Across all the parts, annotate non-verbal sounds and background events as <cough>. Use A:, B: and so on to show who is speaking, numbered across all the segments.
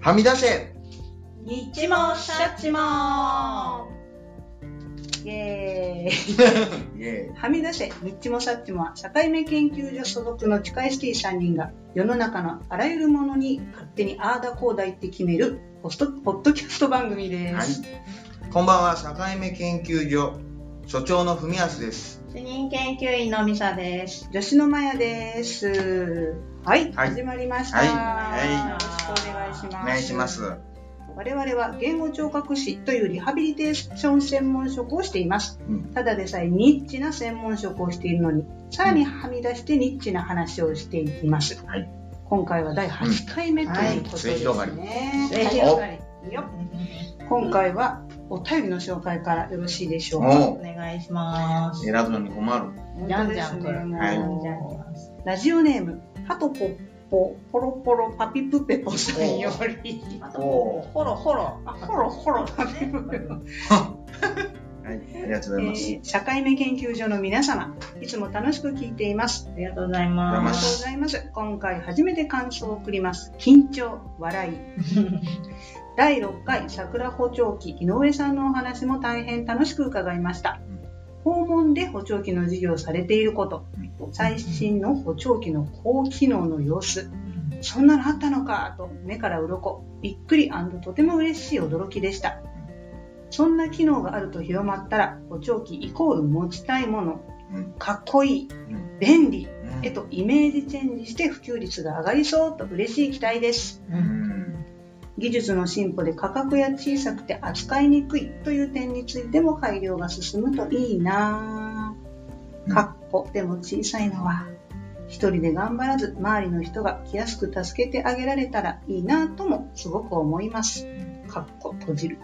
A: はみ出せ
B: 日もシャチもイエーイ
A: イエ
B: はみ出せ日もシャチもは社会目研究所所属の地下 ST3 人が世の中のあらゆるものに勝手にああだこうだ言って決めるホストポッドキャスト番組
A: ー
B: で
A: イ、はい
B: す、、
A: こんばんは社会目研究所所長の文康です
C: 主任研究員のミサです。
B: 女子のまやですはい、
A: はい
B: 始まりました、
A: はい
C: はい
B: よろしくお願いします
A: お願いします
B: 我々は言語聴覚士というリハビリテーション専門職をしています、
A: うん
B: ただでさえニッチな専門職をしているのにさらにはみ出してニッチな話をしていきます、
A: はい
B: 今回は第8回目ということですね、
A: うんはい
C: 末広がり
B: よ今回はお便りの紹介からよろしいでしょうか
C: お
A: おう
C: 願いします。
A: 選ぶのに困る
C: じゃんじゃん来る。
B: もう
A: はい
C: じゃんじゃん来ます。
B: ラジオネームハトポッポポロポロパピプペポさんより
C: あと、ほろほろ。
B: あホロホロパピプペポ
A: はいありがとうございます、
B: えー社会目研究所の皆様いつも楽しく聞いています
C: ありがとうござ
A: あ
C: い
A: り
B: あ
A: が
B: り
C: ま
B: が
C: す。
B: とうございます今回初めて感想を送ります緊張笑い <laughs> 第6回桜補聴器井上さんのお話も大変楽しく伺いました訪問で補聴器の授業をされていること最新の補聴器の高機能の様子そんなのあったのかと目から鱗びっくりとても嬉しい驚きでしたそんな機能があると広まったら補聴器イコール持ちたいもの
A: うん
B: かっこいい
A: うん
B: 便利
A: うん
B: えっとイメージチェンジして普及率が上がりそうと嬉しい期待です
C: う
A: うんん
B: 技術の進歩で価格や小さくて扱いにくいという点についても改良が進むといいなぁ
A: うん
B: かっこでも小さいのは一人で頑張らず周りの人が気安く助けてあげられたらいいなぁともすごく思いますかっこ閉じる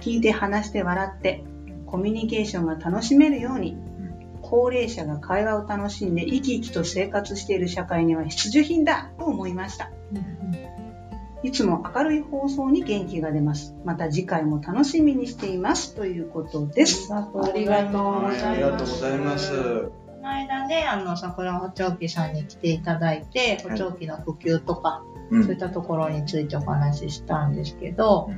B: 聞いて話して笑ってコミュニケーションが楽しめるように高齢者が会話を楽しんで生き生きと生活している社会には必需品だと思いましたいつも明るい放送に元気が出ますまた次回も楽しみにしていますということです
C: ありがとうご
A: はいあ
C: ざ
A: り
C: い
A: が
C: ま
A: とうご
C: す。
A: ざいます
C: この間ね、あの、桜補聴器さんに来ていただいて、補聴器の普及とか、
A: う
C: そういっ
A: ん
C: たところについてお話ししたんですけど、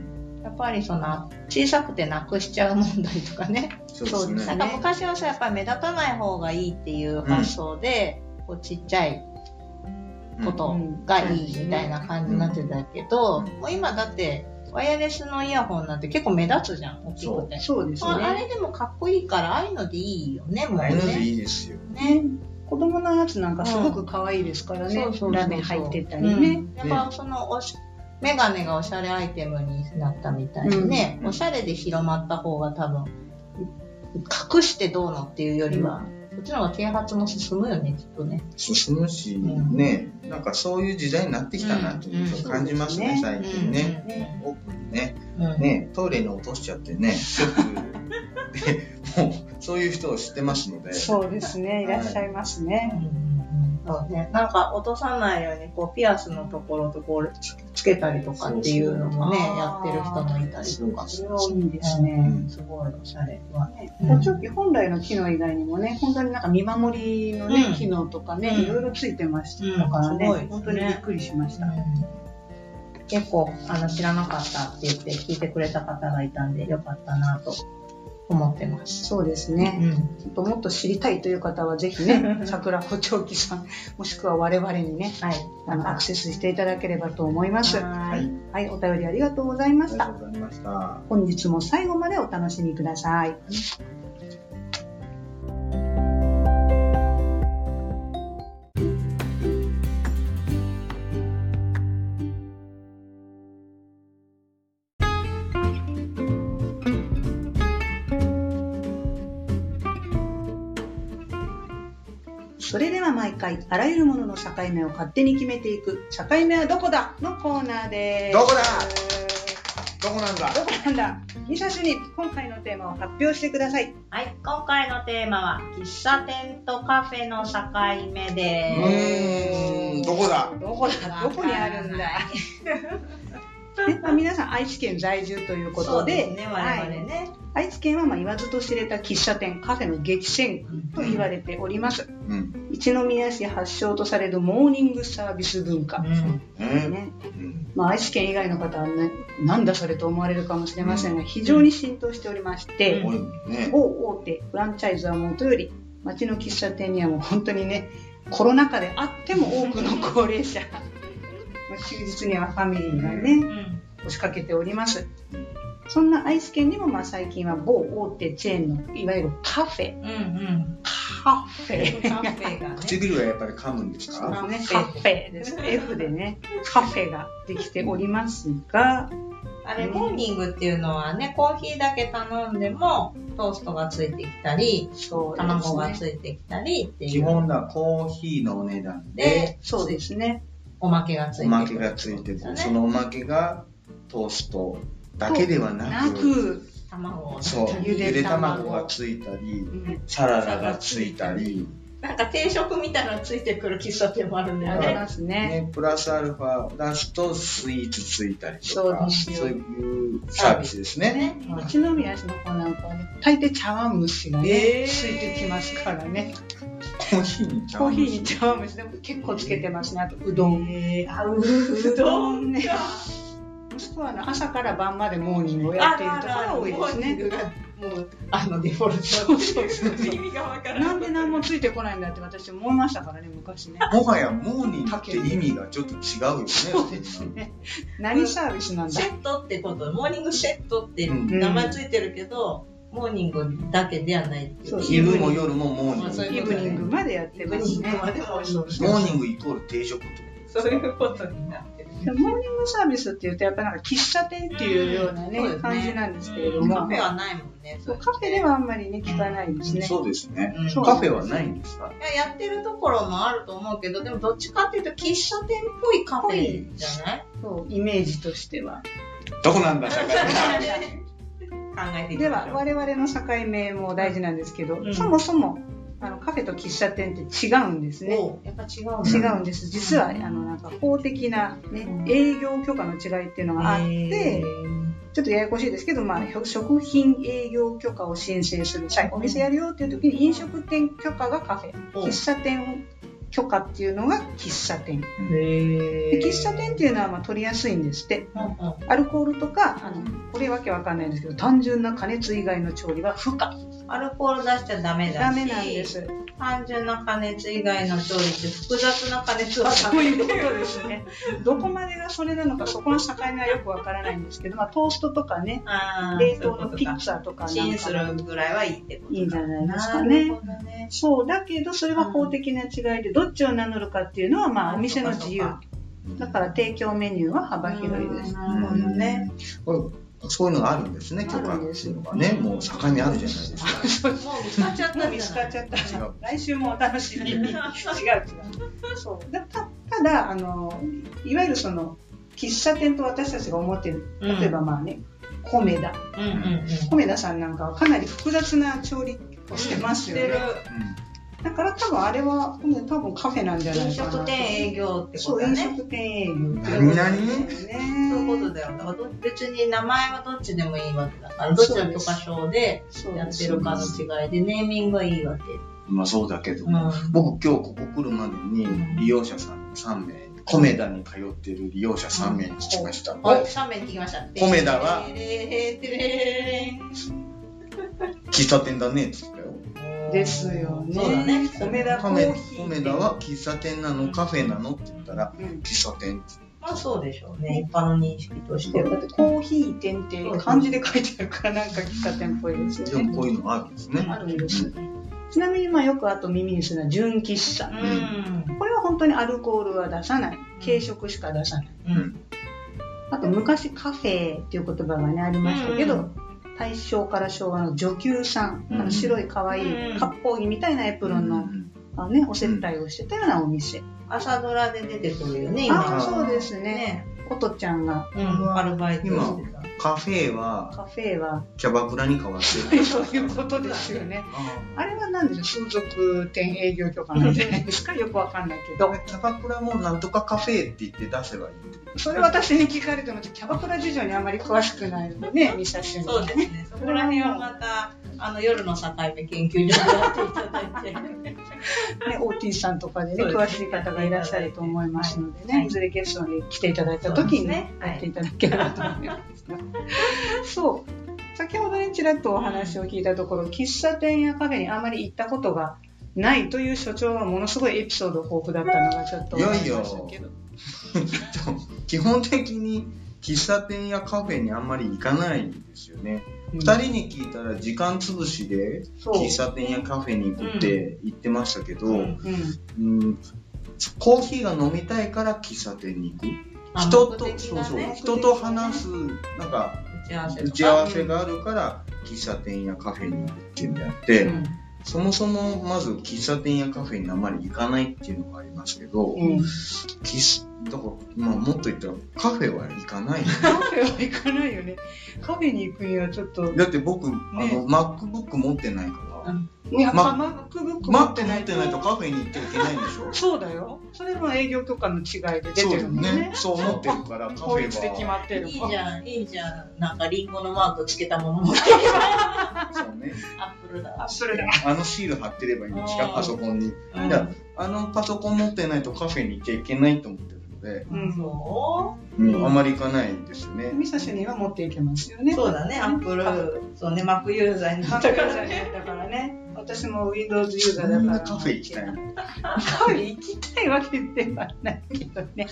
C: やっぱりその、小さくてなくしちゃう問題とかね、
A: そうです
C: なん
A: ね
C: か昔はさやっぱり目立たない方がいいっていう発想で、こうちっちゃいことがいいみたいな感じになってたけど、
A: うん
C: もう今だってワイヤレスのイヤホンなんて結構目立つじゃん大きくて、
B: そうです
C: まああ
B: ね
C: れでもかっこいいからああいうのでいいよねもう
A: うん犬で
C: ね
A: いいですよ
C: ね
B: 子供のやつなんかすごく可愛いですからね、
C: うんそうそうそう
B: ラメ入ってたりね、
C: うんやっぱそのおしメガネがおしゃれアイテムになったみたいにね、
A: うん
C: おしゃれで広まった方が多分隠してどうのっていうよりは、こっちの方が啓発も進むよねきっとね
A: 進むし
C: うん
A: ねなんかそういう時代になってきたなというのを感じますね
B: うん
A: 最近ね
B: ね
A: オープンにね
C: うんうん
A: ねトイレに落としちゃって <laughs> ねよくでもうそういう人を知ってますので
B: そうですねいらっしゃいますね、
C: そうね、なんか落とさないようにこうピアスのところとこうつつけたりとかっていうのもね
B: そうそう
C: やってる人もいたりとか
B: それはいいですね、
C: すごいおしゃれはね
B: 補聴器本来の機能以外にもね本当になんか見守りのね、
C: うん
B: 機能とかね、
C: うん
B: いろいろついてましたからね、
C: うんすごいですね
B: 本当にびっくりしました、
C: うん結構あの知らなかったって言って聞いてくれた方がいたんでよかったなと思ってます。
B: そうです
C: う
B: ね、
C: ん、
B: ちょっともっと知りたいという方はぜひね桜補聴器さんもしくは我々にね
C: はい、
B: あのアクセスしていただければと思いますは
C: は
A: はい
C: い、
B: いお便りありがとうございま
A: あり
B: し
A: がと
B: た
A: うございました
B: 本日も最後までお楽しみくださいそれでは毎回あらゆるものの境目を勝手に決めていく境目はどこだのコーナーです
A: どこだどこなんだ
B: どこなんだミサ主任今回のテーマを発表してください
C: はい、今回のテーマは喫茶店とカフェの境目
A: う
C: で
A: ー
C: す。
A: んどこだ
B: どこだどこにあるんだでまあ、皆さん愛知県在住ということで
C: そうすね、
B: はい
C: 我々ね。
B: 愛知県はまあ言わずと知れた喫茶店カフェの激戦区と言われております
A: うん。
B: 一宮市発祥とされるモーニングサービス文化、
C: うん
A: えー
B: ね
A: うん。
B: まあ、愛知県以外の方は、ね、なんだそれと思われるかもしれませんが非常に浸透しておりまして、
A: 多いね。
B: 某大手フランチャイズはもとより町の喫茶店にはもう本当にねコロナ禍であっても多くの高齢者 <laughs> まあ休日にはファミリーがね
C: うん
B: 押しかけておりますそんな愛知県にもまあ最近は某大手チェーンのいわゆるカフェ
C: うんうん。
B: カフ
C: カフ
B: ェ
C: ェがね。
A: 唇はやっぱり噛むんです
B: あ
A: か
B: のねカフェです F でねカフェができておりますが
C: あれ、モーニングっていうのはね、コーヒーだけ頼んでも、トーストがついてきたり、
B: そうですね
C: 卵がついてきたりってい
A: 基
C: う。
A: 本だ、コーヒーのお値段で、
C: で、
B: そうですね
C: おまけがついて
A: お
C: くる
A: まけがついてくる。そのおまけが、トーストだけではな
B: な
A: く、
B: く、
C: 卵をね
A: そう、ゆ
B: ゆで
A: で
B: 卵
A: 卵がついたり、サラダがついたり、
C: なんか定食みたいなのついてくる喫茶店もあるんだ
B: あ
C: よ
B: り
C: ね。
B: ますね
A: ね、プラスアルファ出すとスイーツついたりとか、
B: そうですよ
A: そういうサービスですね。
C: ね
B: うちの宮市の子なんかはね、大抵茶碗蒸しがね、
C: えー
B: ついてきますからね。
A: コーヒーにちゃ
B: コー
A: んと
B: ヒーに茶碗蒸しでも結構つけてますね。あと、うどん。
C: えーあう
B: う
C: どんね。
B: そこはあの朝から晩までモーニングをや
C: あ
B: っているところが多いですね。
C: もうあのデフォルト。
B: そうそうそうそう
C: 意味がわから
B: なんで何もついてこないんだって私思いましたからね、昔ね。
A: もはやモーニングって意味がちょっと違うよね。
B: そうですね。何サービスなんだ
C: セットってことモーニングセットって
A: うん
C: 名前ついてるけど、モーニングだけではないってい
B: そうう
A: 昼も夜もモ
C: まあそ
A: ー
C: うい
A: ニ
B: イ
A: ン
C: う
A: グ。
B: ブニ
C: こと
B: ングまでやってますね。
C: までもそうそう
A: モーニングイコール定食ってこと
C: そういうことになってるね。
B: でモーニングサービスっていうと、やっぱなんか喫茶店っていうようなね、
C: そうですね
B: 感じなんですけれど
C: カ
B: も
C: フェ、はないもんね。
B: そうカフェではあんまりね、聞かないですね。
A: そうですね。
C: うん
A: カフェはないんですか
C: いややってるところもあると思うけどでもどっちかっていうと喫茶店っぽいカフェじゃない
B: そうイメージとしては。
A: どこなんだ、社会人
C: 考えていき
B: で
C: ま
B: は
C: しょう
B: 我々の境目も大事なんですけど、
C: うん
B: そもそもあのカフェと喫茶店って違うんですね。
C: おうやっぱ違うんだ
B: 違うんです実はあのなんか法的な、ね
C: うん
B: 営業許可の違いっていうのがあっ
C: へ
B: て
C: ー
B: ちょっとややこしいですけど、まあ、食品営業許可を申請する際お店やるよっていう時に飲食店許可がカフェ
C: おう
B: 喫茶店許可っていうのが喫茶店
C: へ
B: で喫茶店っていうのはまあ取りやすいんですって
C: うんうん
B: アルコールとかあのこれわけわかんないんですけど単純な加熱以外の調理は不可
C: アルコール出しちゃダメだし
B: ダメなんです
C: 単純な加熱以外の調理って複雑な加熱はダ
B: そういうことですねどこまでがそれなのかそこの境目はよくわからないんですけど、まあ、トーストとかね
C: あー
B: 冷凍のピ
C: そ
B: ッ
C: ういうこ
B: ツァと
C: と
B: か
C: か
B: な
C: チ
B: ん
C: ン
B: か
C: するぐらいはいいってこと
B: いいんじゃないですか
C: な
B: ね
C: るほどね
B: そうだけどそれは法的な違いでどっちを名乗るかっていうのはまあお店の自由
C: そうか
B: だから提供メニューは幅広いです
C: なるほどね。
A: これそういうのがあるんですね、許可っていうのがね。もう境目あるじゃないですか。
C: もう見つかっちゃったん
B: 見
C: じゃ
B: つか
C: ない
B: っちゃった
A: 違う
B: 来週もお楽しみに違う違うそうだたただあのいわゆるその喫茶店と私たちが思ってる
C: うん
B: 例えばまあね、コメダ
C: うんうんうん
B: コメダさんなんかはかなり複雑な調理をしてますよね、だから多分あれはうん多分カフェなんじゃない
C: 飲
B: かな
C: 食店営業ってこ
B: そ
C: と
B: う
C: だ
B: 飲
C: ね。
B: 食店営業って
A: 何々
C: そういうこ
B: ね
C: とだよ。だからど別に名前はどっちでもいいわけだから、どっちの許可証で
B: そう
C: や
B: で
C: っ
B: す
C: てるかの違いで、ネーミングはいいわけ。
A: うんまあそうだけど、
C: うん。うん
A: 僕今日ここ来るまでに利用者さん3名、コメダに通っている利用者3名に聞きました。
C: はい、3名聞きました。
A: コメダは
C: テレレテレレレ
A: 喫茶店だねって言ったよ。
C: ン
B: ですよね
C: そうだね。
B: コメダ
A: コメ
B: コーヒー
A: コメダは喫茶店なのカフェなのって言ったら、
B: うん
A: 喫茶店って
C: まあそうでしょうね。一般の認識として
B: だ
C: は。
B: ってコーヒー店って漢字で書いてあるからなんか喫茶店っぽいです
A: 言って、
B: よ
A: でも
B: ね
A: こういうのがあるんですね。
B: あるんですちなみにまあよくあと耳にするのは純喫茶
C: うん。
B: これは本当にアルコールは出さない軽食しか出さない
C: うん。
B: あと昔カフェっていう言葉がねありましたけど、
C: うん
B: 大正から昭和の女給さん、
A: うん
B: あの白い可愛い
C: うん
B: 割烹着みたいなエプロンの,、
A: うん
B: あのね、お接待をしてたようなお店、
C: 朝ドラで出てくるよね、
B: あ
C: 今。
B: そうですね。琴ちゃんが
C: うん。アルバイトしてた。
A: カフェは
B: カフェは
A: キャバクラに変わってる。
B: <laughs> そういうことですよね。
A: あ
B: あれは何でしょう風俗店営業許可なんじゃないですかよくわかんないけど
A: あ。キャバクラもなんとかカフェって言って出せばいいってこと
B: それ私に聞かれてもキャバクラ事情にあまり詳しくないのでねミサシュ
C: そうですね。そこら辺はまた、あの、夜の境目研究所にやっていただいて。
B: ね、OT さんとかでね、
C: そうで
B: 詳
C: す
B: しい方がいらっしゃると思いますのでね、
C: はい
B: い、ずれゲストに来ていただいた時にね
C: そうですねはい
B: やっていただければと思います。そう、先ほどね、ちらっとお話を聞いたところ、喫茶店やカフェにあまり行ったことがないという所長がものすごいエピソード豊富だったのがちょっと
A: いや
B: 思
A: いや
B: ましたけど。
A: <laughs> 基本的に喫茶店やカフェにあんまり行かないんですよね。
B: うん
A: 二、人に聞いたら時間潰しで
B: そう
A: 喫茶店やカフェに行くって言ってましたけど、
C: うん
B: う
A: うんコーヒーが飲みたいから喫茶店に行く。
C: あ
A: 人
C: 目
A: と、
C: 的
A: そう
C: が
A: そう、
C: ね
A: 人と話す、なんか、
C: 打ち合わせとか
A: 打ち合わせがあるから、喫茶店やカフェに行くっていうんであって、
B: ん
A: そもそもまず喫茶店やカフェにあまり行かないっていうのがありますけど、
B: うん
A: 喫だから、まあ、もっと言ったらカフェは行かない。 <laughs>
B: カフェは行かないよね。カフェに行くにはちょっと、
A: だって僕、あ
B: ね
A: の、MacBook 持ってないから、
B: いや、
A: ま
B: ま、マックブッ
A: Mac
B: ク
A: 持ってないとカフェに行ってはいけないんでしょ
B: そうだよ。それも営業許可の違いで出
A: そう
B: て
A: よ
B: るもんね
A: ね。。そう思ってるから、カフ
B: 法律で決
A: ェは。
B: まってる
C: い
B: も
C: い
B: ん
C: じ。ゃん、いいじゃん。なんかリンゴのマークつけたものも
A: そうね。
C: アップルだ。
B: それだ。
A: あのシール貼ってればいいんですか
C: あー
A: パソコンに。
C: うん
A: いや、あのパソコン持ってないとカフェに行っちゃいけないと思ってるので、
B: うん
C: そ
A: うん、あまり行かないんですよね。
B: ミサシには持っていけますよね。
C: うそうだね、アップル、そうね、Mac ユーザーに
B: だ
C: なっ
B: か
C: たかららね。
B: ね。だからね。私も Windows ユーザ
A: そ
B: ーだ
A: ん
B: か
A: な
B: ら。
A: カフェ行きたいの。
B: カフェ行きたいわけではないけどね。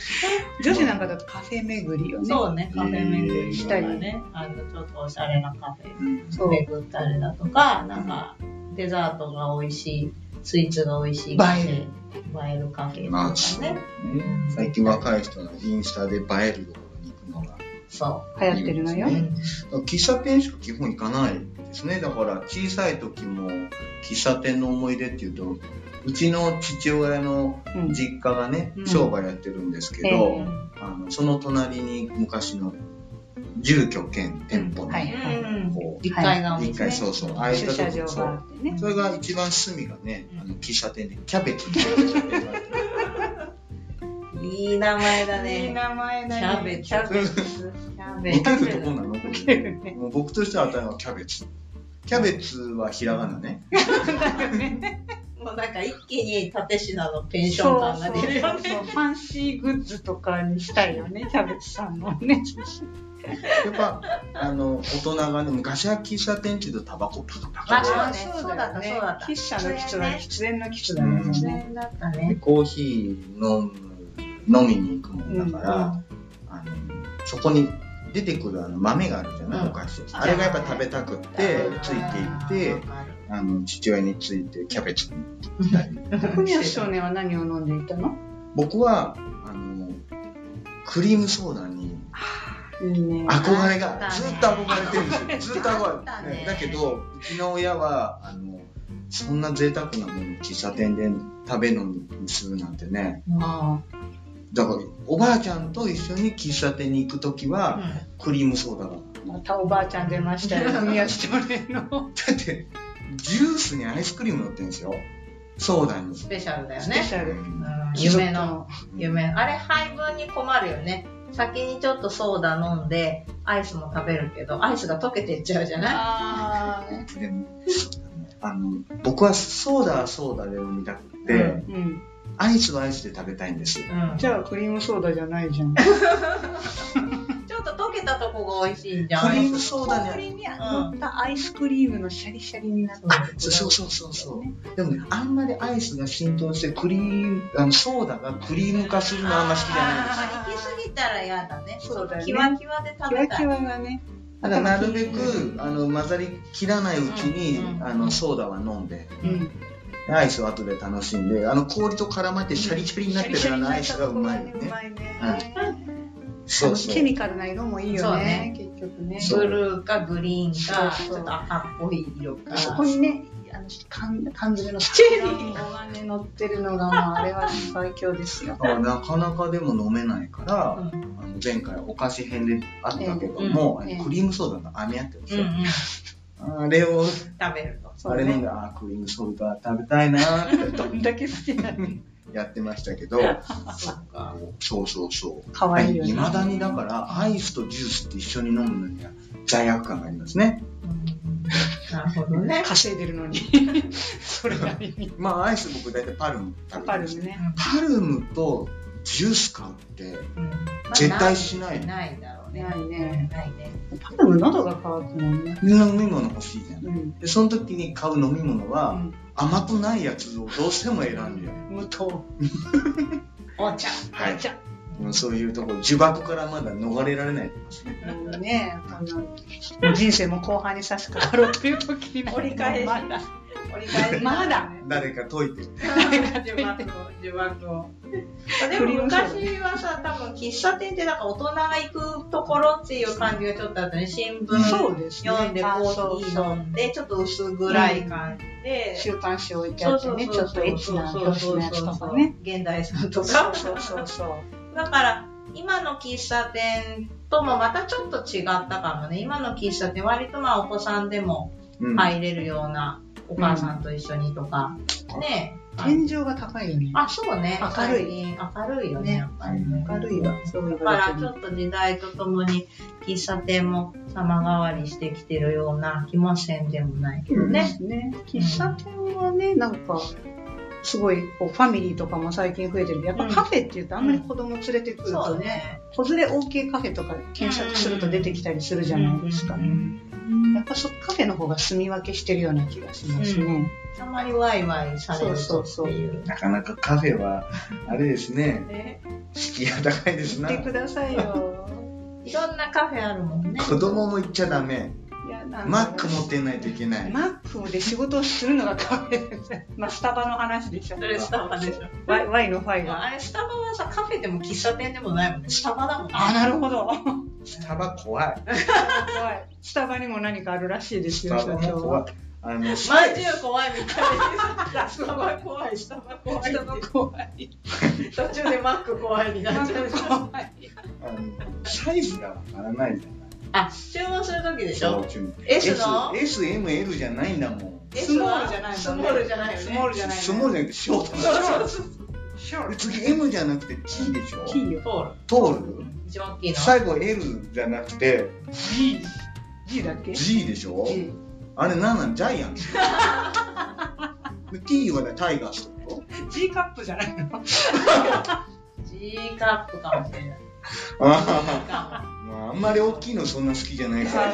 B: 女子なんかだとカフェ巡りよね。
C: そうね、カフェ巡りしたり
B: えー
C: ね、あの、ちょっとおしゃれなカフェ
A: うん
C: 巡ったりだとか、なんか、デザートが美味しい、スイーツが美味しいカフェ、
B: 映
C: 映えるカフェと
A: まあ、
C: か
A: そうね
C: ね。。
A: 最近若い人のインスタで映えるところに行くのが。
C: そ
B: 流行ってるのよ
C: う。う。
A: ね
C: ん
A: 喫茶店しか基本行かないですね。だから小さい時も喫茶店の思い出っていうと、うちの父親の
B: うん
A: 実家がね、
C: うん
A: 商売やってるんですけ
B: う
A: ど、
B: ん
A: あのその隣に昔の住居兼店舗の、
B: うんはい
A: こう
C: 一階がお
A: 一
C: 店、
A: 回そうそうああい
B: 駐
A: う
B: 車
A: と
B: 場
A: こそ
B: が
A: う
B: あってね。
A: それが一番隅がね
C: うん
A: あの喫茶店でキャベツっていう喫茶店があって
C: いい名前だ
B: いい
C: ね。
B: 名前だね。
C: キャベツ
B: キャベツ。キャベツ
A: 似てるとこなの
B: 似てるね
A: もう僕としては当たり前はキャベツキャベツはひらがなね
B: だよね。
C: もうなんか一気に縦品のペンション感が出るよね。
B: そうそうそうファンシーグッズとかにしたいよね、キャベツさんのね。
A: やっぱあの大人がね昔は喫茶店っていうとタバコパカパ
C: あ
A: カ
C: そう
A: で
C: ねそうだったそうだった
B: 喫茶の喫だ、喫煙の喫だ
A: う
B: も
A: ん
B: んね。
C: だった
A: で
C: ね。
A: コーヒー飲む飲みに行くもんだから、あのそこに出てくるあの豆があるじゃない、
C: うん
A: お菓子あれがやっぱ食べたくってついていってあの父親についてキャベツ
C: <laughs>
A: に行ったり
B: 小宮少年は何を飲んでいたの
A: 僕はあのクリームソーダに
B: いいね。
A: 憧れが
C: あったね
A: ずっと憧れて
C: <laughs>
A: るんですよずっと
C: あ
A: 憧
C: った
A: れて
C: ね
A: だけどうちの親はあのそんな贅沢なもの喫茶店で食べ飲みするなんてね
B: あ
A: だからおばあちゃんと一緒に喫茶店に行く時
C: う
A: は
C: ん
A: クリームソーダが
B: あ、またおばあちゃん出ましたよ、小宮少年の。
A: だってジュースにアイスクリーム乗ってるんですよソーダに
C: スペシャルだよ
B: スペ
C: ね。
B: シャル。
C: うん夢の、夢。あれ配分に困るよね。先にちょっとソーダ飲んで、アイスも食べるけど、アイスが溶けていっちゃうじゃない
B: ああ。
A: でもあの僕はソーダはソーダで飲みたくて、
C: うん
B: うん。
A: アイスはアイスで食べたいんです
C: うん
B: じゃあ、クリームソーダじゃないじゃん。
C: ちょっと溶けたとこが美味しいんじゃん。
A: クリームソーダに
B: 氷に乗ったアイスクリームのシャリシャリになった
A: あそうそうそうそうそうでもねあんまりアイスが浸透してクリームあのソーダがクリーム化するのあんま好きじゃないんです
C: あー行き過ぎたら嫌だね。
B: そうだよね
C: キワキワで食
B: キ
C: べ
B: ワ
C: た
B: キ
C: い。
B: ワがね。
A: だからなるべくあの混ざりきらないうちに、
C: うんうん
A: あのソーダは飲んで
B: うん。
A: アイスを後で楽しんであの氷と絡まってシャリシャリになってるあのアイスがうまいよ
B: う
A: ね
B: まいね。
A: そ
B: あ
A: う
B: の
A: そう
B: ケミカルな色もいいよね、結局ね。
A: そ
B: そう
C: ブルーかグリーンか、
B: そうそう
C: ちょっと赤っぽい色か。
B: こにね、あの缶缶詰のチェリーがね乗ってるのがもうあれは最強ですよ。
A: あなかなかでも飲めないから、あの前回お菓子編であったけども、
B: うん
A: あの
B: ええ
A: クリームソーダの飴あったんです
C: うん
A: よ、
C: うん食
A: あれを、
C: べると
B: そ
A: あ
B: う
A: れ飲ん
B: ね
A: であークリームソーダ食べたいなーって
B: どんだけ好きなの
A: やってましたけど
C: そっか
A: そうそうそう
B: かわいいよね。
A: まだにだからアイスとジュースって一緒に飲むのには罪悪感がありますね
C: うんなるほどね
B: 稼いでるのにそれなりに。
A: まあアイス僕大体パルム食べて
B: パル
A: ます
B: ムね。
A: パルムとジュース買うって
C: うんまあ
A: 絶対しないの
C: ないだろうね
B: ないね。
C: ないね
B: パルム喉が乾くもんね。
A: 飲み物欲しいじゃん
B: うん。
A: でその時に買う飲み物
B: う
A: は
B: ん
A: 甘くないやつをどうしても選んじゃう
B: 無糖。
C: お茶
A: はい
B: じゃ
A: うんそういうところ呪縛からまだ逃れられない
B: あもうね、あの人生も後半に差し掛かろうという時にな
C: 折り返し
B: まだ
C: 折り返し
B: まだ
A: 誰か解いて
C: 呪縛を呪縛をでも昔はさ多分喫茶店ってなんか大人が行くところっていう感じがちょっとあったね新聞
B: そうですね。
C: 読んでコ
B: あ
C: ーヒー飲んでちょっと薄暗い感じで、
B: 週刊誌置いてあってね、ちょっとエッチな表紙のやつとかね。
C: 現代さん
B: そ
C: と
B: う
C: か
B: そうそうそう。
C: だから今の喫茶店ともまたちょっと違ったかもね今の喫茶店割とまあお子さんでも
A: うん
C: 入れるような、お母さんと一緒にとか、ね
B: 天井が高いよね。
C: あそうね
B: 明るい
C: 最近明るいよねやっぱりね
B: 明るいわ。そう言
C: だか
B: われ
C: ら
B: て
C: ち
B: み
C: ょ
B: る
C: っと時代とともに喫茶店も様変わりしてきてるような気もせんでもないけどね。
B: ね、喫茶店はね、なんか、すごいこうファミリーとかも最近増えてるけどやっぱカフェっていうとあんまり子供連れてくる
C: そ
B: と
C: う
B: ね、
C: ね。
B: 子連れ OK カフェとかで検索すると出てきたりするじゃないですか
C: う
B: ね。
C: ん
B: やっぱそカフェの方が住み分けしてるような気がします
C: う
B: ね。
C: あんまりワイワイされる
B: そ
C: と
B: うそうそう
C: っていう。
A: なかなかカフェはあれですね
C: ね
A: 敷居が高いですな
B: 行ってくださいよ。
C: いろんなカフェあるもんね。
A: 子供も行っちゃダメ
B: いやなんか
A: マック持ってないといけない
B: マックで仕事をするのがカフェ。まあ、スタバの話でしょ
C: そ。れスタバでしょ。
B: ワイワイのファイが。
C: あれスタバはさカフェでも喫茶店でもないもんね。スタバだもんね。
B: あ、なるほど。
A: スタバ怖い
B: 怖いスタバにも何かあるらしいです
A: ス
B: よ、
A: タバ
B: 社
A: も
B: 長
A: 怖
B: は。
A: いあのス
C: まんじゅう怖いみたいな。ス
B: す
C: タ
B: ご
C: バ
B: い
C: <laughs> 怖い、スタバ怖い。
B: 人の怖い。
C: 途中でマック怖いになっちゃう。
B: 怖い。
A: あのサイズがわからないじゃない
C: あ、注文するときでしょ。S
A: S
C: の
A: SML じゃないんだもん
B: スモールじゃないもんね
C: スモールじゃないよね。
B: スモールじゃない
A: スモールじゃなくてショートなんだ
C: そうそう
B: ショ
A: で次 M じゃなくて T でしょ
B: キーよ。
C: そう。
A: 通る
C: 一番大きいの。
A: 最後 L じゃなくて
B: G。G だっけ
A: G でしょ
B: G
A: あれなんなんジャイアンツで T はねタイガースってこ
B: G カップじゃないの
C: G カップかもしれない。
A: とあ
C: あ
A: ーまああんまり大きいのそんな好きじゃないから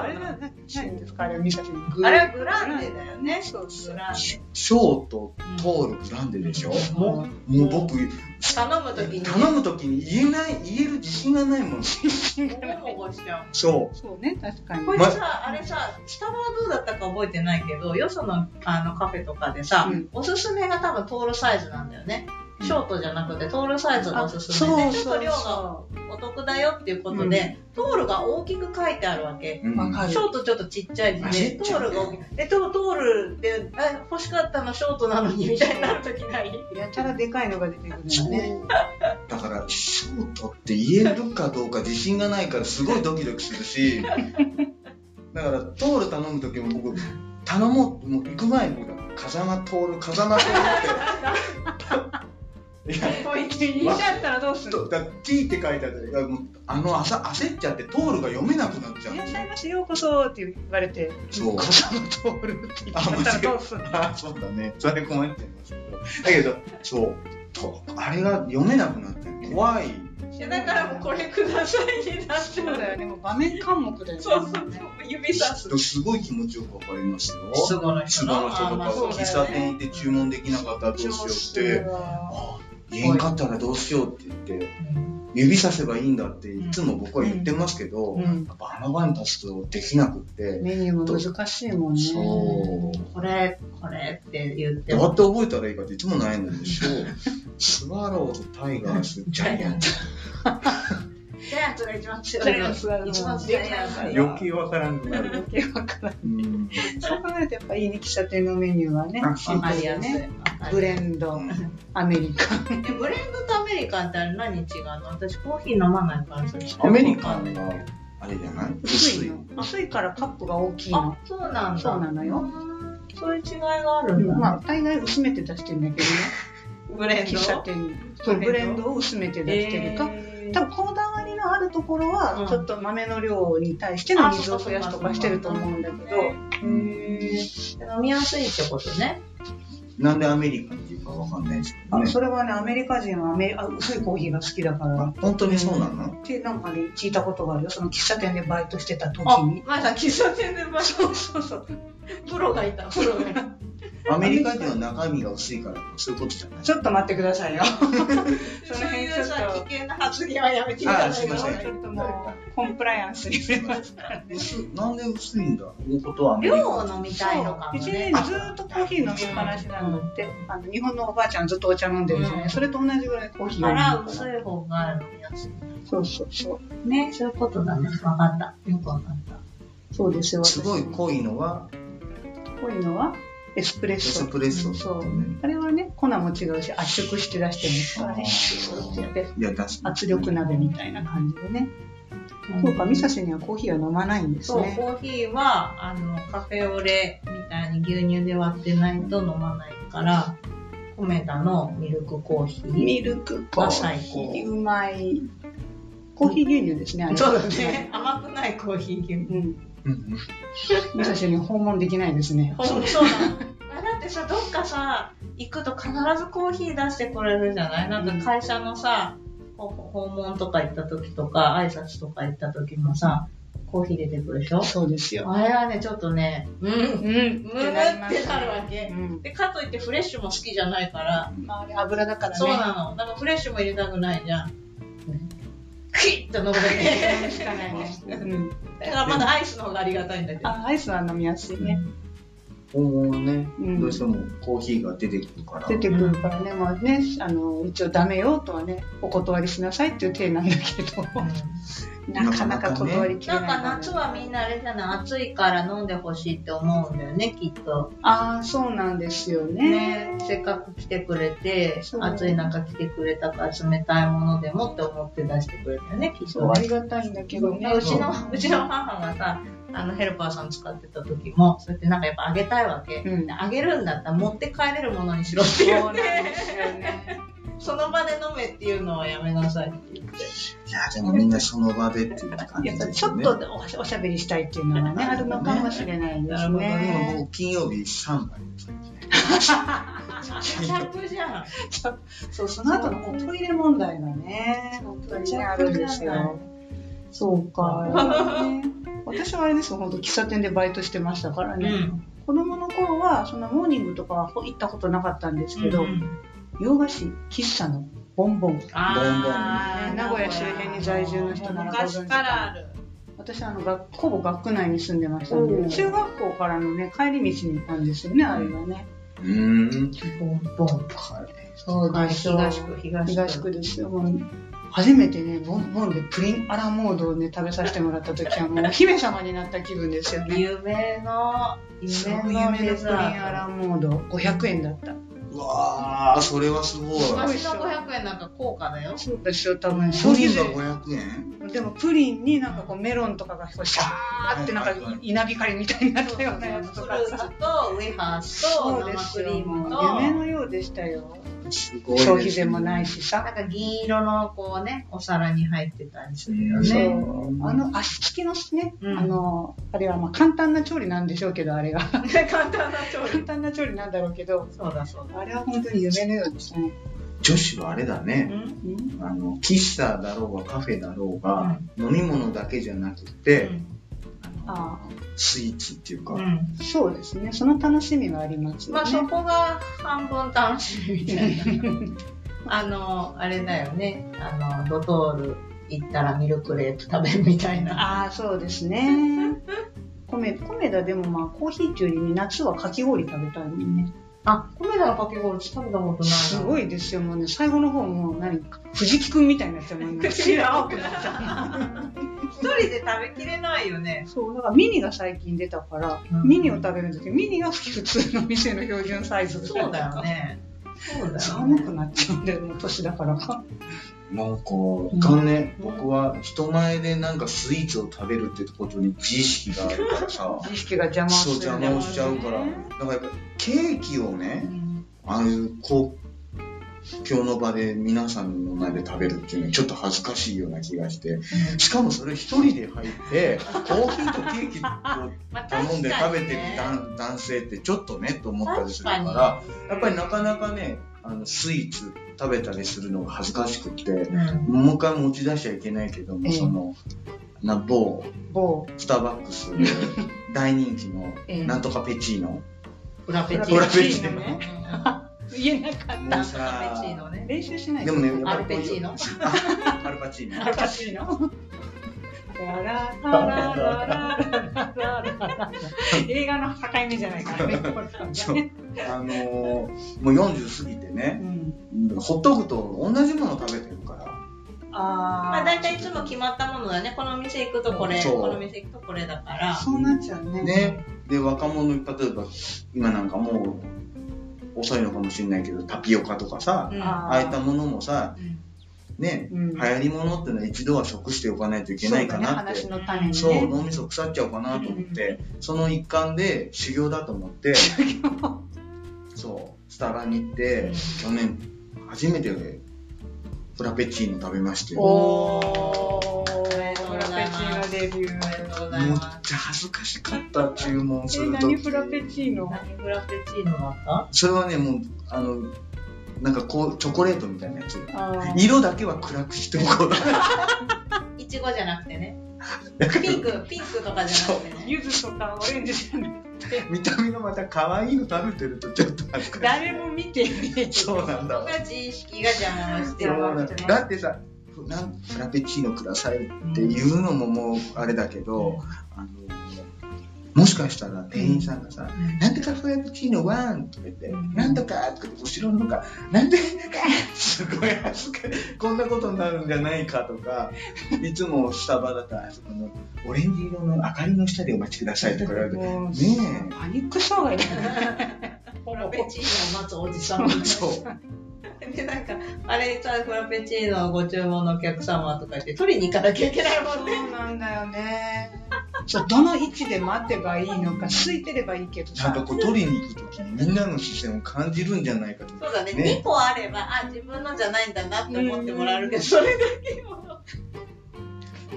B: あれだね。何ですかあれ見た時に。
C: れはグランデだよね。
B: そうそ
C: グ
B: う。
C: ランデ。
A: ショート通るグランデでしょもうもう僕
C: 頼むときに、
A: 頼む時に言えない言える自信がないもん
C: もごもごしちゃう。
A: そ
B: そうね、確かに
C: こ。れさ、あれさ、スタバはどうだったか覚えてないけど、よそのあのカフェとかでさ、
B: うん
C: おすすめが多分トールサイズなんだよね。
A: うん
C: ショートじゃなくてトールサイズがおすす
B: あそ
C: め
B: う
C: で、ちょっと量がお得だよっていうことで、トールが大きく書いてあるわけ。
A: う、うん
B: わかる
C: ショートちょっとちっちゃい
A: あ
C: 字
A: ち
C: で、
A: っ
C: ト
A: ちゃい
C: ールが大きい。で、トトールで、あ欲しかったのショートなのにみたいになるときない。
B: やたらでかいのが出てくる
A: そ
B: の
A: う
B: ね。
A: だからショートって言えるかどうか自信がないからすごいドキドキするしだから通る頼む時も僕頼もうもう行く前に僕風間通る風間通るっていや
B: こいつにしちゃったらどうす
A: ちょっ
B: る
A: とだ T って書いてあっていやもうあの朝焦っちゃって通るが読めなくなっちゃう
B: い
A: ん
B: ら
A: で
B: っ
A: す
B: し
A: よ
B: ゃいませ、ようこそって言われて、
A: そう
B: 風間通るって言っちゃったらどうする
A: あそうだねそれ困っちゃいますけどだけどそうとあれが読めなくなって怖い
C: いやだからもうこれくださいになっち
B: そ
C: ゃ
B: う
C: う。
B: だよね、もう場面監目だよね。
C: そうそうそう。指さす。
A: すごい気持ちよくわかりますよ
C: 質問の
A: つばの人とか、喫茶店行って注文できなかったらどうしようって、あ言えんかったらどうしようって言って、指させばいいんだっていつも僕は言ってますけど、やっぱあの場に立つとできなくって、
B: メニューも難しいもんね。
A: そう。
C: これ、これって言って
A: どうや
C: も。
A: って覚えたらいいかっていつも悩んでるでしょ。スワローズ、タイガース、ジャイアンツ。
C: じゃあつが一番強い。
B: 一番
C: 強いやつ
A: 余計わからんくなる。
B: 余計わからない。
A: うん
B: そう考えるとやっぱいいね喫茶店のメニューはね
A: あ、
B: シンプルでね。ブレンド、アメリカン。
C: えブレンドとアメリカンってあれ何違うの私コーヒー飲まないからそれ
A: アメリカンがあれじゃない
B: 薄い
A: 薄い
B: の。薄いからカップが大きいの
C: あ。そうなんだ
B: そうなのよ
C: うんそういう違いがある
B: うんん
C: だ、
B: まあ大概薄めて出してるんだけどね。
C: ブ <laughs> レンド
B: 喫茶店に。そうブレンドを薄めて出してるか。
C: えー
B: 多分こだわりのあるところ
C: う
B: は
C: ん
B: ちょっと豆の量に対しての水を増やすとかしてると思うんだけど
C: へー飲みやすいってことね
A: なんでアメリカンっていうかわかんないですけど
B: あ
A: ね。
B: それはねアメリカ人はアメリあ薄いコーヒーが好きだから
A: あ本当にそうなの
B: ってなんかね聞いたことがあるよその喫茶店でバイトしてた時
C: あ
B: に
C: まだ喫茶店でバイト
B: そうそう
C: プロがいたプロがいた
A: アメリカ人の中身が薄いからとかそういうことじゃない
B: ちょっと待ってくださいよその辺ちょっと
C: そういうさ危険な発言はやめていた
A: あ
C: だ
A: あ、す
C: い
A: い
C: て
A: ません。
B: ちょっともうコンプライアンスに触れますからね
A: 薄いなんで薄いんだということはアメリ
C: 量
A: カ
C: を
A: ン。
C: 飲みたいのかも
B: 一
C: ね
B: 年ずっとコーヒー飲みっぱなしなんだってあの日本のおばあちゃんずっとお茶飲んでるじゃない、
C: うん
B: それと同じぐらいコーヒーを
C: あ
B: 飲む
C: ら
B: から
C: 薄い方が飲みやすい
B: そうそうそう
C: ねそういうことだね分かったよく分かった
B: そうですよ
A: すごい濃いのは
B: 濃いのはエスプレッ
A: エ
B: ソ
A: スプレッソ
B: そ
A: と
B: う
A: かね。
B: あれはね粉も違うし圧縮して出してるんですからねで
A: いや、確かに。
B: 圧力鍋みたいな感じでね、
C: そ
B: そうかミサスにはコーヒーは飲まないんです
C: そう、
B: ね
C: コーヒーはあのカフェオレみたいに牛乳で割ってないと飲まないからコメダのミルクコーヒー
B: ミルク
C: は最高
B: うまいコーヒー牛乳ですねあれ
C: そうだね甘くないコーヒー牛乳
B: うん
A: うん
B: ミサスに訪問できないですね
C: そうそうなのあだってさどっかさ行くと必ずコーヒー出してくれるじゃないなんか会社のさほ訪問とか行った時とか挨拶とか行った時もさコーヒー出てくるでしょ
B: そうですよ
C: あれはねちょっとねうん
B: うんっ
C: むむってて
B: なりま
C: な
B: す
C: るわけ
B: うん
C: でかといってフレッシュも好きじゃないから、
B: まああれ油だからね
C: そうなのだからフレッシュも入れたくないじゃんクイッと飲むだ <laughs> け
B: しかないね、うん、
C: だからまだアイスの方がありがたいんだけど
B: あアイスは飲みやすいね、
A: 訪問はね、
B: うん
A: どうしてもコーヒーが出てくるから。
B: 出てくるからね、まあね、あの、一応ダメよとはね、お断りしなさいっていう体なんだけど、 <laughs> なかなか断りきれ
C: な
B: なんい、
C: か夏はみんなあれじゃない暑いから飲んでほしいって思うんだよねきっと
B: ああ、そうなんですよね。
C: ねせっかく来てくれて
B: そう
C: 暑い中来てくれたから冷たいものでもって思って出してくれたよねきっ
B: そう
C: と
B: あ
C: ね
B: りがたいんだけどね。
C: うちのうちの母がさあのヘルパーさん使ってた時もそうやってなんかやっぱあげたいわけ、
B: うん
C: あげるんだったら持って帰れるものにしろって
B: そう
C: 言
B: な
C: っ
B: ん
C: て
B: ですよね。
C: その場で飲めっていうのはやめなさいって言って
A: いや、でもみんなその場でっていう感
B: い
A: じ
B: や
A: です
B: ちょ
A: よ
B: っ
A: ね。
B: とおしおしゃべりしたいっていうのは <laughs> ね、あるのかもしれないです
A: 今
B: ね。
A: 僕金曜日3杯です。
C: 100じゃん
B: そう、その後のおトイレ問題がね、本当にね、あるんですよ。そうか、ね。 <laughs> 私はあれですよ、本当喫茶店でバイトしてましたから
C: う
B: ね。
C: ん
B: 子供の頃はそのモーニングとかは行ったことなかったんですけど、
C: うん
B: 洋菓子喫茶のボンボン
C: あー
B: 名古屋周辺に在住の人ならご存知
C: 昔からある
B: 私あの学ほぼ学区内に住んでましたの
C: うん
B: で中学校からのね帰り道に行ったんですよねあれはね
A: うーん。
C: ボンボンそうだ東区東区
B: 東区ですよもう初めてねボンボンでプリンアラモードをね食べさせてもらった時はもうお姫様になった気分ですよね
C: 夢の
B: す
C: 夢
B: ごい夢の
C: の
B: プリン
C: デザ
B: ア
C: ー
B: ラモード500円だった
A: うわー、それはすごい。
C: ト
B: い
C: 昔の500円なんか高価だよ
B: そうですよ多分
A: 商
B: 消費
A: 品
B: 税
A: が500円
B: でもプリンになんかこうメロンとかがこうシャーってなんか稲光みたいになったようなやつと
C: フ
B: か
C: ルーツ
B: さ
C: とウェハースと生クリームと
B: 夢のようでしたよ
A: すごいですね。
B: 消費税もないし
C: なん
B: さ、
C: か銀色のこうねお皿に入ってたりするよ
A: ね
B: そう
C: ね。
B: あの足つきのね、
C: うん
B: あのあれはまあ簡単な調理なんでしょうけどあれが
C: <laughs> 簡単な調
B: 簡。単な調理なんだろうけど
C: そうだそうだ。
B: あれは本当に夢のようでしたね、
A: 女子はあれだね。あの、喫茶だろうがカフェだろうが、飲み物だけじゃなくて、あの
B: あ
A: スイーツっていうか、
C: うん
B: あそうですねその楽しみはあります
C: ま
B: よ
C: あ
B: ね、
C: そこが半分楽しみみたいな。あのあれだよね。あのドトール行ったらミルクレープ食べるみたいな。
B: ああそうですね米米だでもまあコーヒーっていうよりに夏はかき氷食べたいもんね
C: あ、コメダのかき氷食べたことないな。
B: す
C: <laughs>
B: ごいですよ、もうね、最後の方もう何、藤木くんみたいになっちゃうもんね。
A: <laughs>
C: 口が青
B: くなっちゃ
C: 一人で食べきれないよね。
B: そう、だからミニが最近出たから、
C: うん
B: ミニを食べるとき、ミニが普通の店の標準サイズ
C: そうだよ。ね。そうだよ
B: 寒
C: ね
B: く。なっちゃうんだよ、もう年だからか。
A: なんか、いかんね、
B: うん、
A: 僕は人前でなんかスイーツを食べるってことに自意識があるからさ
B: 知識が邪魔をす
A: そう
B: る。
A: 邪魔をしちゃうから、
C: ね
A: なんかやっぱケーキを
C: う
A: ね、
C: ん
A: ああいう公共の場で皆さんの前で食べるっていうのはちょっと恥ずかしいような気がして、しかもそれ一人で入って、コーヒーとケーキを
C: まあ
A: 頼んで食べてる
C: 確かにね
A: 男男性ってちょっとねと思ったりするか
C: 確
A: らやっぱりなかなかねあのスイーツ食べたりするのが恥ずかしくて
C: うん
A: もう一回持ち出しちゃいけないけども、
B: ええ
A: そのな某
B: 某、
A: スターバック
C: <laughs>
A: スで大人気の
B: ええ
A: なんとかペチーノ、
C: フラペチ
A: フ
C: ー
A: ラ
C: ノ
A: ペチーノね
B: 言えなかっ
A: もう
C: フラペチー
A: さ
C: ノね。
B: 練習しない
A: で
B: と
A: もねや
C: ア
A: っぱ
C: ル
A: り
C: ペチ
A: こ
C: ーノ
A: うあアルパチーノ
B: おかしいな。
A: <laughs>
B: ララララララララ映画の境目じゃないからね。
A: そうあのーもう40過ぎて
B: う
A: ね
B: ん、
A: ホットグと同じもの食べてるから
C: ま
B: あ
C: あ大体いつも決まったものだね。この店行くとこれ、
A: そう
C: この店行くとこれだから。
B: そうなっちゃうね。
A: ね、で若者例えば今なんかもう遅いのかもしれないけどタピオカとかさ、
C: うん
A: ああいったものもさ
C: うん
A: ね、
B: うん
A: 流行りものってのは一度は食しておかないといけないかなって
B: そうだね話の種にね。
A: そう,、脳みそ腐っちゃうかなと思って、その一環で修行だと思ってそうスタバに行って去年初めてフラペチーノ食べましてもう
B: おー、フラペチーノデビュ
C: おめ
B: ー。
C: でとうござい
A: めっ
C: ます。
A: ちゃ恥ずかしかった注文す
B: え、
A: ると
B: 何フラペチーノ
C: 何フラペチーノだった
A: それはねもうあのなんかこうチョコレートみたいなやつ
B: あー
A: 色だけは暗くしておこう
C: いちごじゃなくてね。ピンク、ピンクとかじゃなくてね。
B: 柚子とかオレンジじゃない。
A: 見た目がまた可愛いの食べてるとちょっと恥ずかし
B: 誰も見てねえ
A: い。そうなんだわ
C: が自意識が邪魔をして
A: そう
C: る
A: な
C: わ
A: んだ
C: けね
A: だってさフラフラペチーノくださいっ
C: うん
A: ていうのももうあれだけどあのもしかしたら店員さんがさ「なんとかフラペチーノワン」とか言って
C: うん
A: 「なんとか」とか言って後ろのが「なんとか」すごい恥ずかしいこんなことになるんじゃないかとかいつもスタバだったらあそこのオレンジ色の明かりの下でお待ちくださいとか言われて
B: もう
A: ね
B: パニック障 <laughs> 害だね。
C: フラペチーノを待つおじさんみたい
A: え
C: な
A: そう
C: で、なんか、あれさ、フラペチーノご注文のお客様とか言って、取りに行かなきゃいけないもんね。
B: そうなんだよね。そうどの位置で待てばいいのか、空いてればいいけど
A: なんか
B: さ。
A: こう取りに行く時にみんなの視線を感じるんじゃないかと
C: そうだね、
A: ね
C: 2個あれば、あ、自分のじゃないんだなって思ってもらえるけど、それだけは。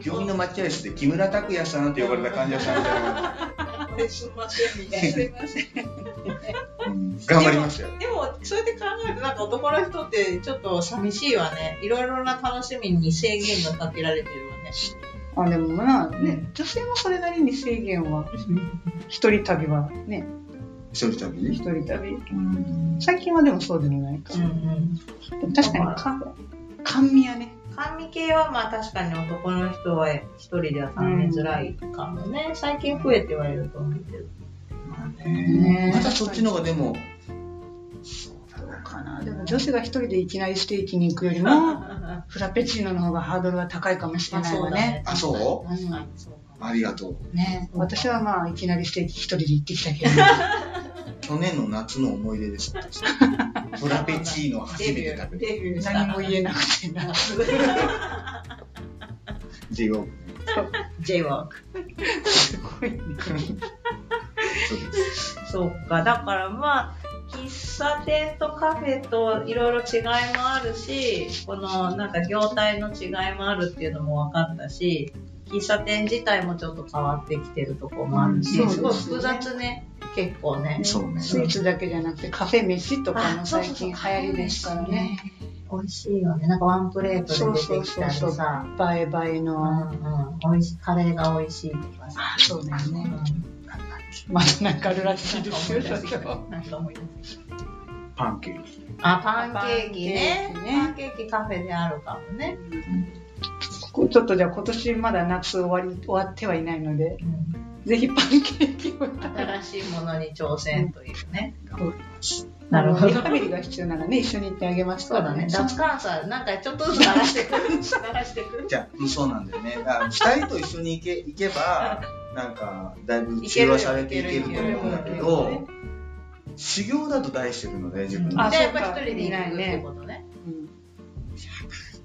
A: 病院の待合室で木村拓哉さんって呼ばれた患者さんみたいな、
C: これすんませんみたい
B: す
C: な。
B: いません。
A: うん頑張りましたよ
C: でも、そうやって考えると、なんか男の人ってちょっと寂しいわね。いろいろな楽しみに制限がかけられてるわね。
B: あ、でもまあね、女性もそれなりに制限は、一人旅はね、
A: 一人旅
B: 一人旅。
A: うん
B: 最近はでもそうでもないか
C: うんうん。
B: でも確かにか、甘味はね、
C: 甘味系はまあ確かに男の人は一人では食べづらいかもね。最近増えてはいると思うけど。
A: まあ
B: ね
A: ねまたそっちの方がでもそうだな
B: かな。でも女子が一人でいきなりステーキに行くよ
C: <laughs>
B: り <laughs> も、フラペチーノの方がハードルは高いかもしれないわね。
A: あそう
C: 確かにそうかも
A: ありがとう
B: ね私はまあ、いきなりステーキ一人で行ってきたけど。 <laughs>
A: 去年の夏の思い出です私フラペチーノ初めて食べる
C: デビューした
B: 何も言えなくてな。
A: っていう
C: J-Walk
B: すごいね。
A: そうです
C: そうかだからまあ喫茶店とカフェといろいろ違いもあるしこのなんか業態の違いもあるっていうのも分かったし喫茶店自体もちょっと変わってきてるとこもあるし、
B: うん
C: すごい
B: そう
C: 複
B: ですね
C: 雑ね結構ね
A: そうね
B: スイーツだけじゃなくてカフェ飯とかも
C: あそう
B: 最
C: そう
B: 近流行りですからね。
C: 美味しいよねなんかワンプレートで出てきたり
B: そうそうそうそ
C: さ
B: 映え映え
C: うん
B: の。
C: うん美味しいカレーが美味しいとかさ、
B: そうだよ
C: う
B: ね。
C: ん
B: まだなんかあるらしい
C: なん
B: で
C: か
B: す
C: 思
B: よ
C: い。出してき
B: それ
C: た
B: は
C: なんか思い出してきた
A: パンケーキ
C: あ、パンケーキね。
B: パ
C: パ
B: ン
C: ン
B: ケー
C: ケ
B: キね
C: ーキカフェであるかもね。
B: こちょっとじゃあ今年まだ夏終わり終わってはいないので、ぜひパンケーキを食べ
C: 新しいものに挑戦というね。
B: なるほど。リハビリが必要ならね、一緒に行ってあげます
C: そうだね。脱感さ、なんかちょっとずつ鳴らしてくる。鳴らしてくる。
A: じゃあ、そうなんだよね。だから二人と一緒に行け行けば、なんか、だいぶ
C: いけ
A: 中
C: るよ
A: 和されていけると思うんだけ
C: いけるよいける
A: ど、修行だと題してるので、自分
C: じ
A: の
C: ゃ
B: あ
C: あやっぱ一人で行くってことね。
B: うん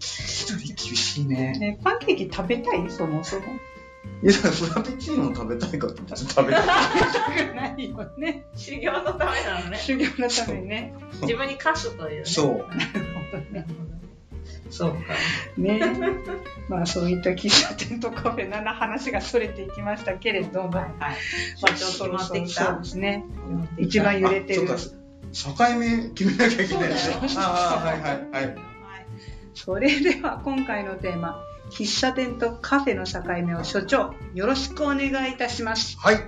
A: 一人厳しいね。
B: ねパンケーキ食べたいそもそも。
A: いや、フラペチーノ食べたいかって言ったら食べたい。
B: ないよね。
C: 修行のためなのね。
B: 修行のためにね。
C: 自分に課すという、ね。
A: そう。
C: そうか。
B: ね。 <laughs> まあそういった喫茶店とカフェなな話がそれていきましたけれども、
C: はいはい。場所決まってき
B: そう
C: た。
B: ですね。一番揺れてる。
A: あそうか、境目決めなきゃいけないでしょ。ああ、はいはいはい。
B: はいそれでは今回のテーマ喫茶店とカフェの境目を所長よろしくお願いいたします
A: はい。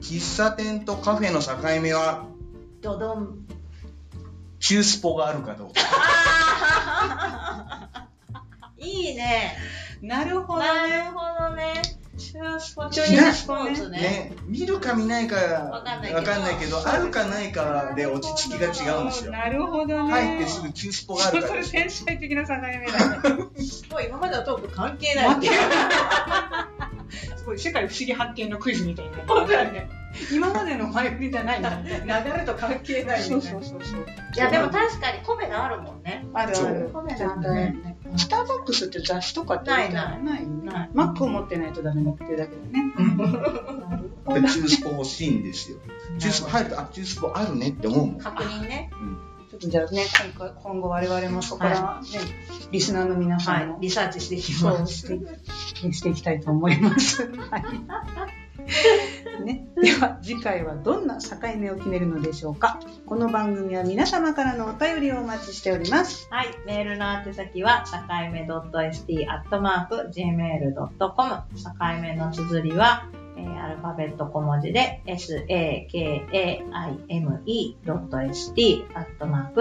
A: 喫茶店とカフェの境目は、
C: ドドン。
A: 中スポがあるかどうか。
C: いいね。
B: なるほ
C: なるほどね。中スポ中
A: ね
C: スポーツね。
A: ね、見るか見ないかわ
C: わかんないけど
A: かんないけど、あるかないかで落ち着きが違うんですよ。
B: なるほどね
A: 入ってすぐ中スポがあるか
B: そ
A: ら
B: れ。
C: <laughs>
B: 繊細的な境目だね
C: もう今までのトーク関係ない
B: 待ってすごい世界不思議発見のクイズみたいな
C: 本当だね
B: 今までの前振りじゃないん <laughs> だ
C: 流れと関係ない
B: そ
C: み
B: う
C: たい
B: そ
C: な
B: うそうそう
C: いやでも確かに米があるもんね。
B: ある
A: そ
B: あ
A: う
B: る
C: 米があ
B: 絶
C: る
B: 対
C: ね。
B: ねスターバックスって雑誌とかって
C: ないない
B: ないよね
C: ない
B: マックを持ってないとダメだっていうだけだねなるほ
A: で
B: ど
A: 中スポ欲しいんですよ。中スポ入ると、あ、中スポあるねって思うもん。
C: 確認ね。
B: <laughs> ちょっとじゃあね、今回今後我々もそこから、ねリスナーの皆さ
C: は
B: ん
C: い
B: も、。
C: リサーチしていき
B: そ
C: ま
B: う
C: す。
B: してしていきたいと思います。はい <laughs> ね、では次回はどんな境目を決めるのでしょうかこの番組は皆様からのお便りをお待ちしております
C: はい、メールの宛先は、さかいめ .st.gmail.com。さかいめの綴りは、えーアルファベット小文字で、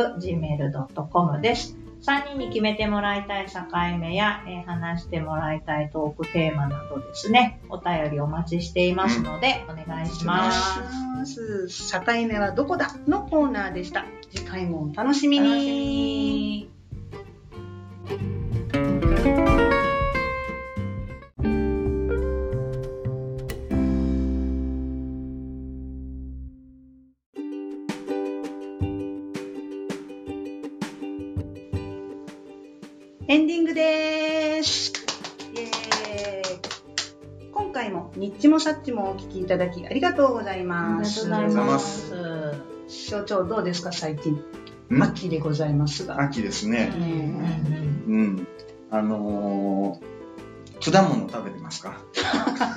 C: sakaime.st.gmail.com です。3人に決めてもらいたい境目や、えー話してもらいたいトークテーマなどですね、お便りお待ちしていますので、お願いします。
B: 境目はどこだのコーナーでした次回もお楽しみに
C: 楽しみに。
B: エンディングです。イエーイ今回もニッチもサッチもお聞きいただきありがとうござい
C: あ
B: ま
C: りがと
B: す。
C: うございます。
B: 所長どうですか最近。
A: ん
B: 秋でございますが。
A: 秋ですね。
B: ん
C: <laughs>
A: うん。あのー、果物食べてますか
C: 果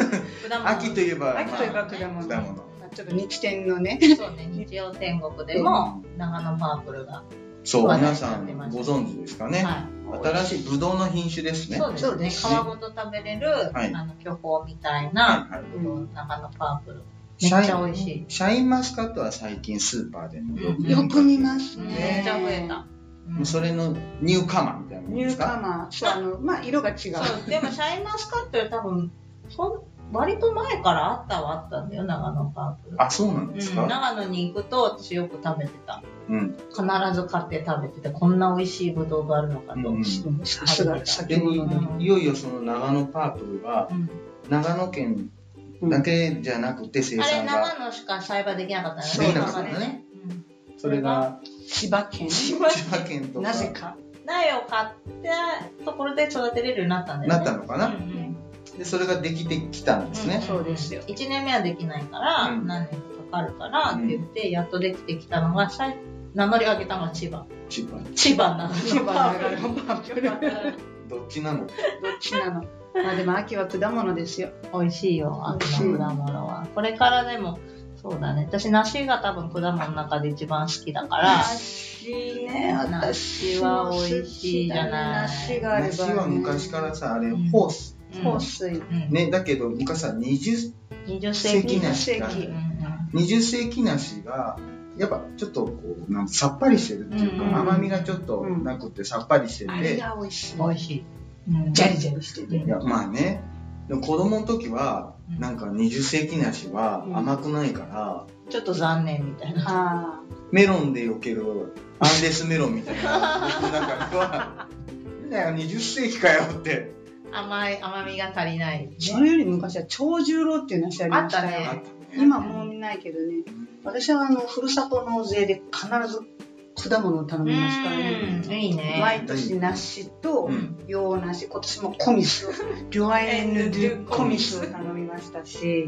C: 物
A: 秋といえば、
B: 秋といえば
A: ま
B: 果物。
A: あ果物。
B: あちょっと日天のね。
C: そうね、日曜天国でも長野パープルが、
A: そう、
C: 話題
A: 皆
C: にな
A: さ
C: っ
A: ん
C: てました
A: ご存知ですかね。
C: はい
A: 新しいブドウの品種ですね。
C: そ
A: は
C: うで
A: い
C: す
B: そうで
C: ね
B: す
C: 皮ごと食べれる、
A: はい
C: あの巨峰みたいな、
A: はい
B: うん
C: 長野パープルめ
A: シ
C: っ
A: ャイン
C: ちゃ美味しい、
A: シャインマスカットは最近スーパーでもよ
C: うん
B: よく見ます
C: うん
B: ね。
C: めっちゃ増えた、うん
A: もうそれのニューカマーみたいなもん
B: ニ
A: で
B: ュ
A: す
B: ーカ
A: か
B: マー。そう、あの、まあ、色が違う。
C: そうでもシャインマスカットより多分そん割と前からあったはあったんだよ長野パープル
A: あ、そうなん
C: う
A: です
C: ん、
A: か
C: 長野に行くと私よく食べてた
A: うん。
C: 必ず買って食べててこんな美味しいぶどうがあるのかと、
A: うん
B: そうさすが先
A: で、
B: 物だ。
A: いよいよその長野パープルは、
C: うん
A: 長野県だけじゃなくて生
C: あれ
A: 産が、
C: 長野しか栽培できなかった
B: そう
C: ね。
B: できなか
A: ったね
C: 今までね。うん
A: それが
B: 千葉県。
A: 千葉県とか
B: なぜか。
C: 苗を買ったところで育てれるようになったんだよね。
A: なったのかな、
C: うんうん
A: でそれができてきたんですね、
B: そうですよ
C: 1年目はできないから、
A: うん
C: 何年かかるからって言って、やっとできてきたのが、さい名乗り上げたのは千葉。
A: 千葉
C: 千葉なの。
B: 千葉長野パープル。どっ
A: どっちなの
B: ちなの。まあ、でも秋は果物ですよ。
C: 美味しいよ、
B: 美味し
C: 秋
B: い
C: の果物は。これからでも、そうだね。私、梨が多分果物の中で一番好きだから、
B: 梨ね、
C: 梨は美味しいじゃない
B: 梨があれば、ね。
A: 梨は昔からさあれ
C: うん
A: ホース、
B: 香水。
C: うん、
A: ねだけど昔さ 20,
C: 20世紀
A: 20
C: の。
A: 世
C: うんう
A: 紀
C: ん
A: 20世紀梨がやっぱちょっとこうなんかさっぱりしてるっていうか、
C: うん
A: 甘みがちょっとなくてさっぱりして
B: あれ
A: て、
B: が美味しい。
C: 美味しい。うん
B: ジャリジャリしてて。
C: うん
A: いやまあねでも子供の時は
C: うん
A: なんか20世紀梨は
B: うん
A: 甘くないから、
C: ちょっと残念みたいな。
B: あ
A: メロンでよけるアンデスメロンみたいななんかはなんだよ20世紀かよって
C: 甘い、甘みが足りない、ね
B: あ。それより昔は長十郎っていう梨ありました
C: あった
A: あ
C: ね
B: よ。
A: ったね
B: 今もう見ないけどね。私はあの、ふるさと納税で必ず果物を頼
C: う
B: みますからね。
C: ん、いいね。
B: 毎年梨と
A: うん
B: 洋梨、今年もコミス、両アエンヌ・デュ・コミスを頼みましたし、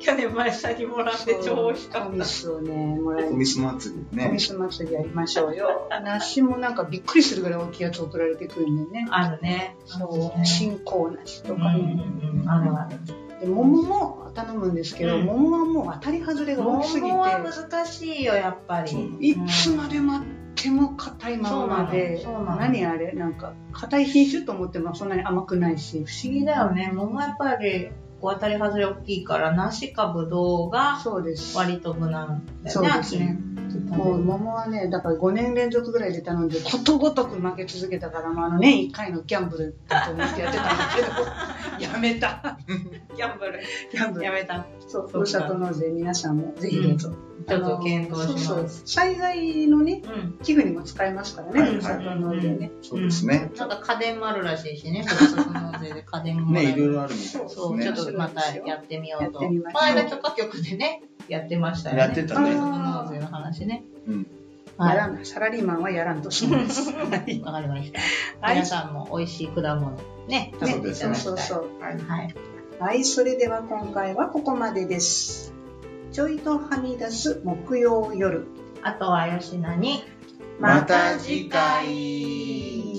C: 去年前さにもらって超美味しか
B: コ
C: っ
B: ミ
C: た。
B: スをね、もらい
A: コミス祭り
B: コ
A: ね
B: ミス祭りやりましょうよ。梨もなんかびっくりするぐらい大きいやつ送られてくるんでね。
C: あるね。
B: そう、新香梨と
C: と
B: か
C: か
B: ね。
C: あるある。
B: で桃も頼むんですけど、
C: うん
B: 桃はもう当たり外れが多すぎて
C: 桃は難しいよ、やっぱり。
B: いつまで待っても硬いままで
C: そうなのそうなの
B: 何あれなんか硬い品種と思ってもそんなに甘くないし
C: 不思議だよね。桃やっぱり、こう当たり外れ大きいから、梨かぶどうが
B: そうです
C: 割と無難だ
B: そ
C: よ
B: う
C: ね。
B: ですねもう桃はねだから5年連続ぐらいで頼んでことごとく負け続けたから、まあ、あの年1回のギャンブルだと思ってやってたんですけどやめ
C: <laughs>
B: た
C: ギャンブル。
B: ギャンブル
C: やめた。
B: そうふるさと納税皆さんもぜひどうぞ、
C: ちょっと検討します。
B: そうそう災害のね
C: うん。
B: 寄付にも使えますからね、
A: はい
B: ふるさと納税ね。
A: そうですね、
C: なんか家電もあるらしいしね、ふるさと納税で家電もらえ
A: ね
C: る
A: いろいろあるみたいですね
C: そう、ちょっとまたやってみようと。
B: やってみましょう
C: この間許可局でね、やってましたよね。
A: やってたね
C: ふるさと納税の話ね。
A: うん
B: や
C: はい。
B: らんサラリーマンはやらんとしないです。はい
C: わかりました。
B: はい
C: 皆さんも美味しい果物ね、
A: ね
C: 食べていただきたい。
B: そうそう
A: はい
C: はい。
B: はい、それでは今回はここまでです。ちょいとはみ出す木曜夜。
C: あとは吉菜に、
A: また次回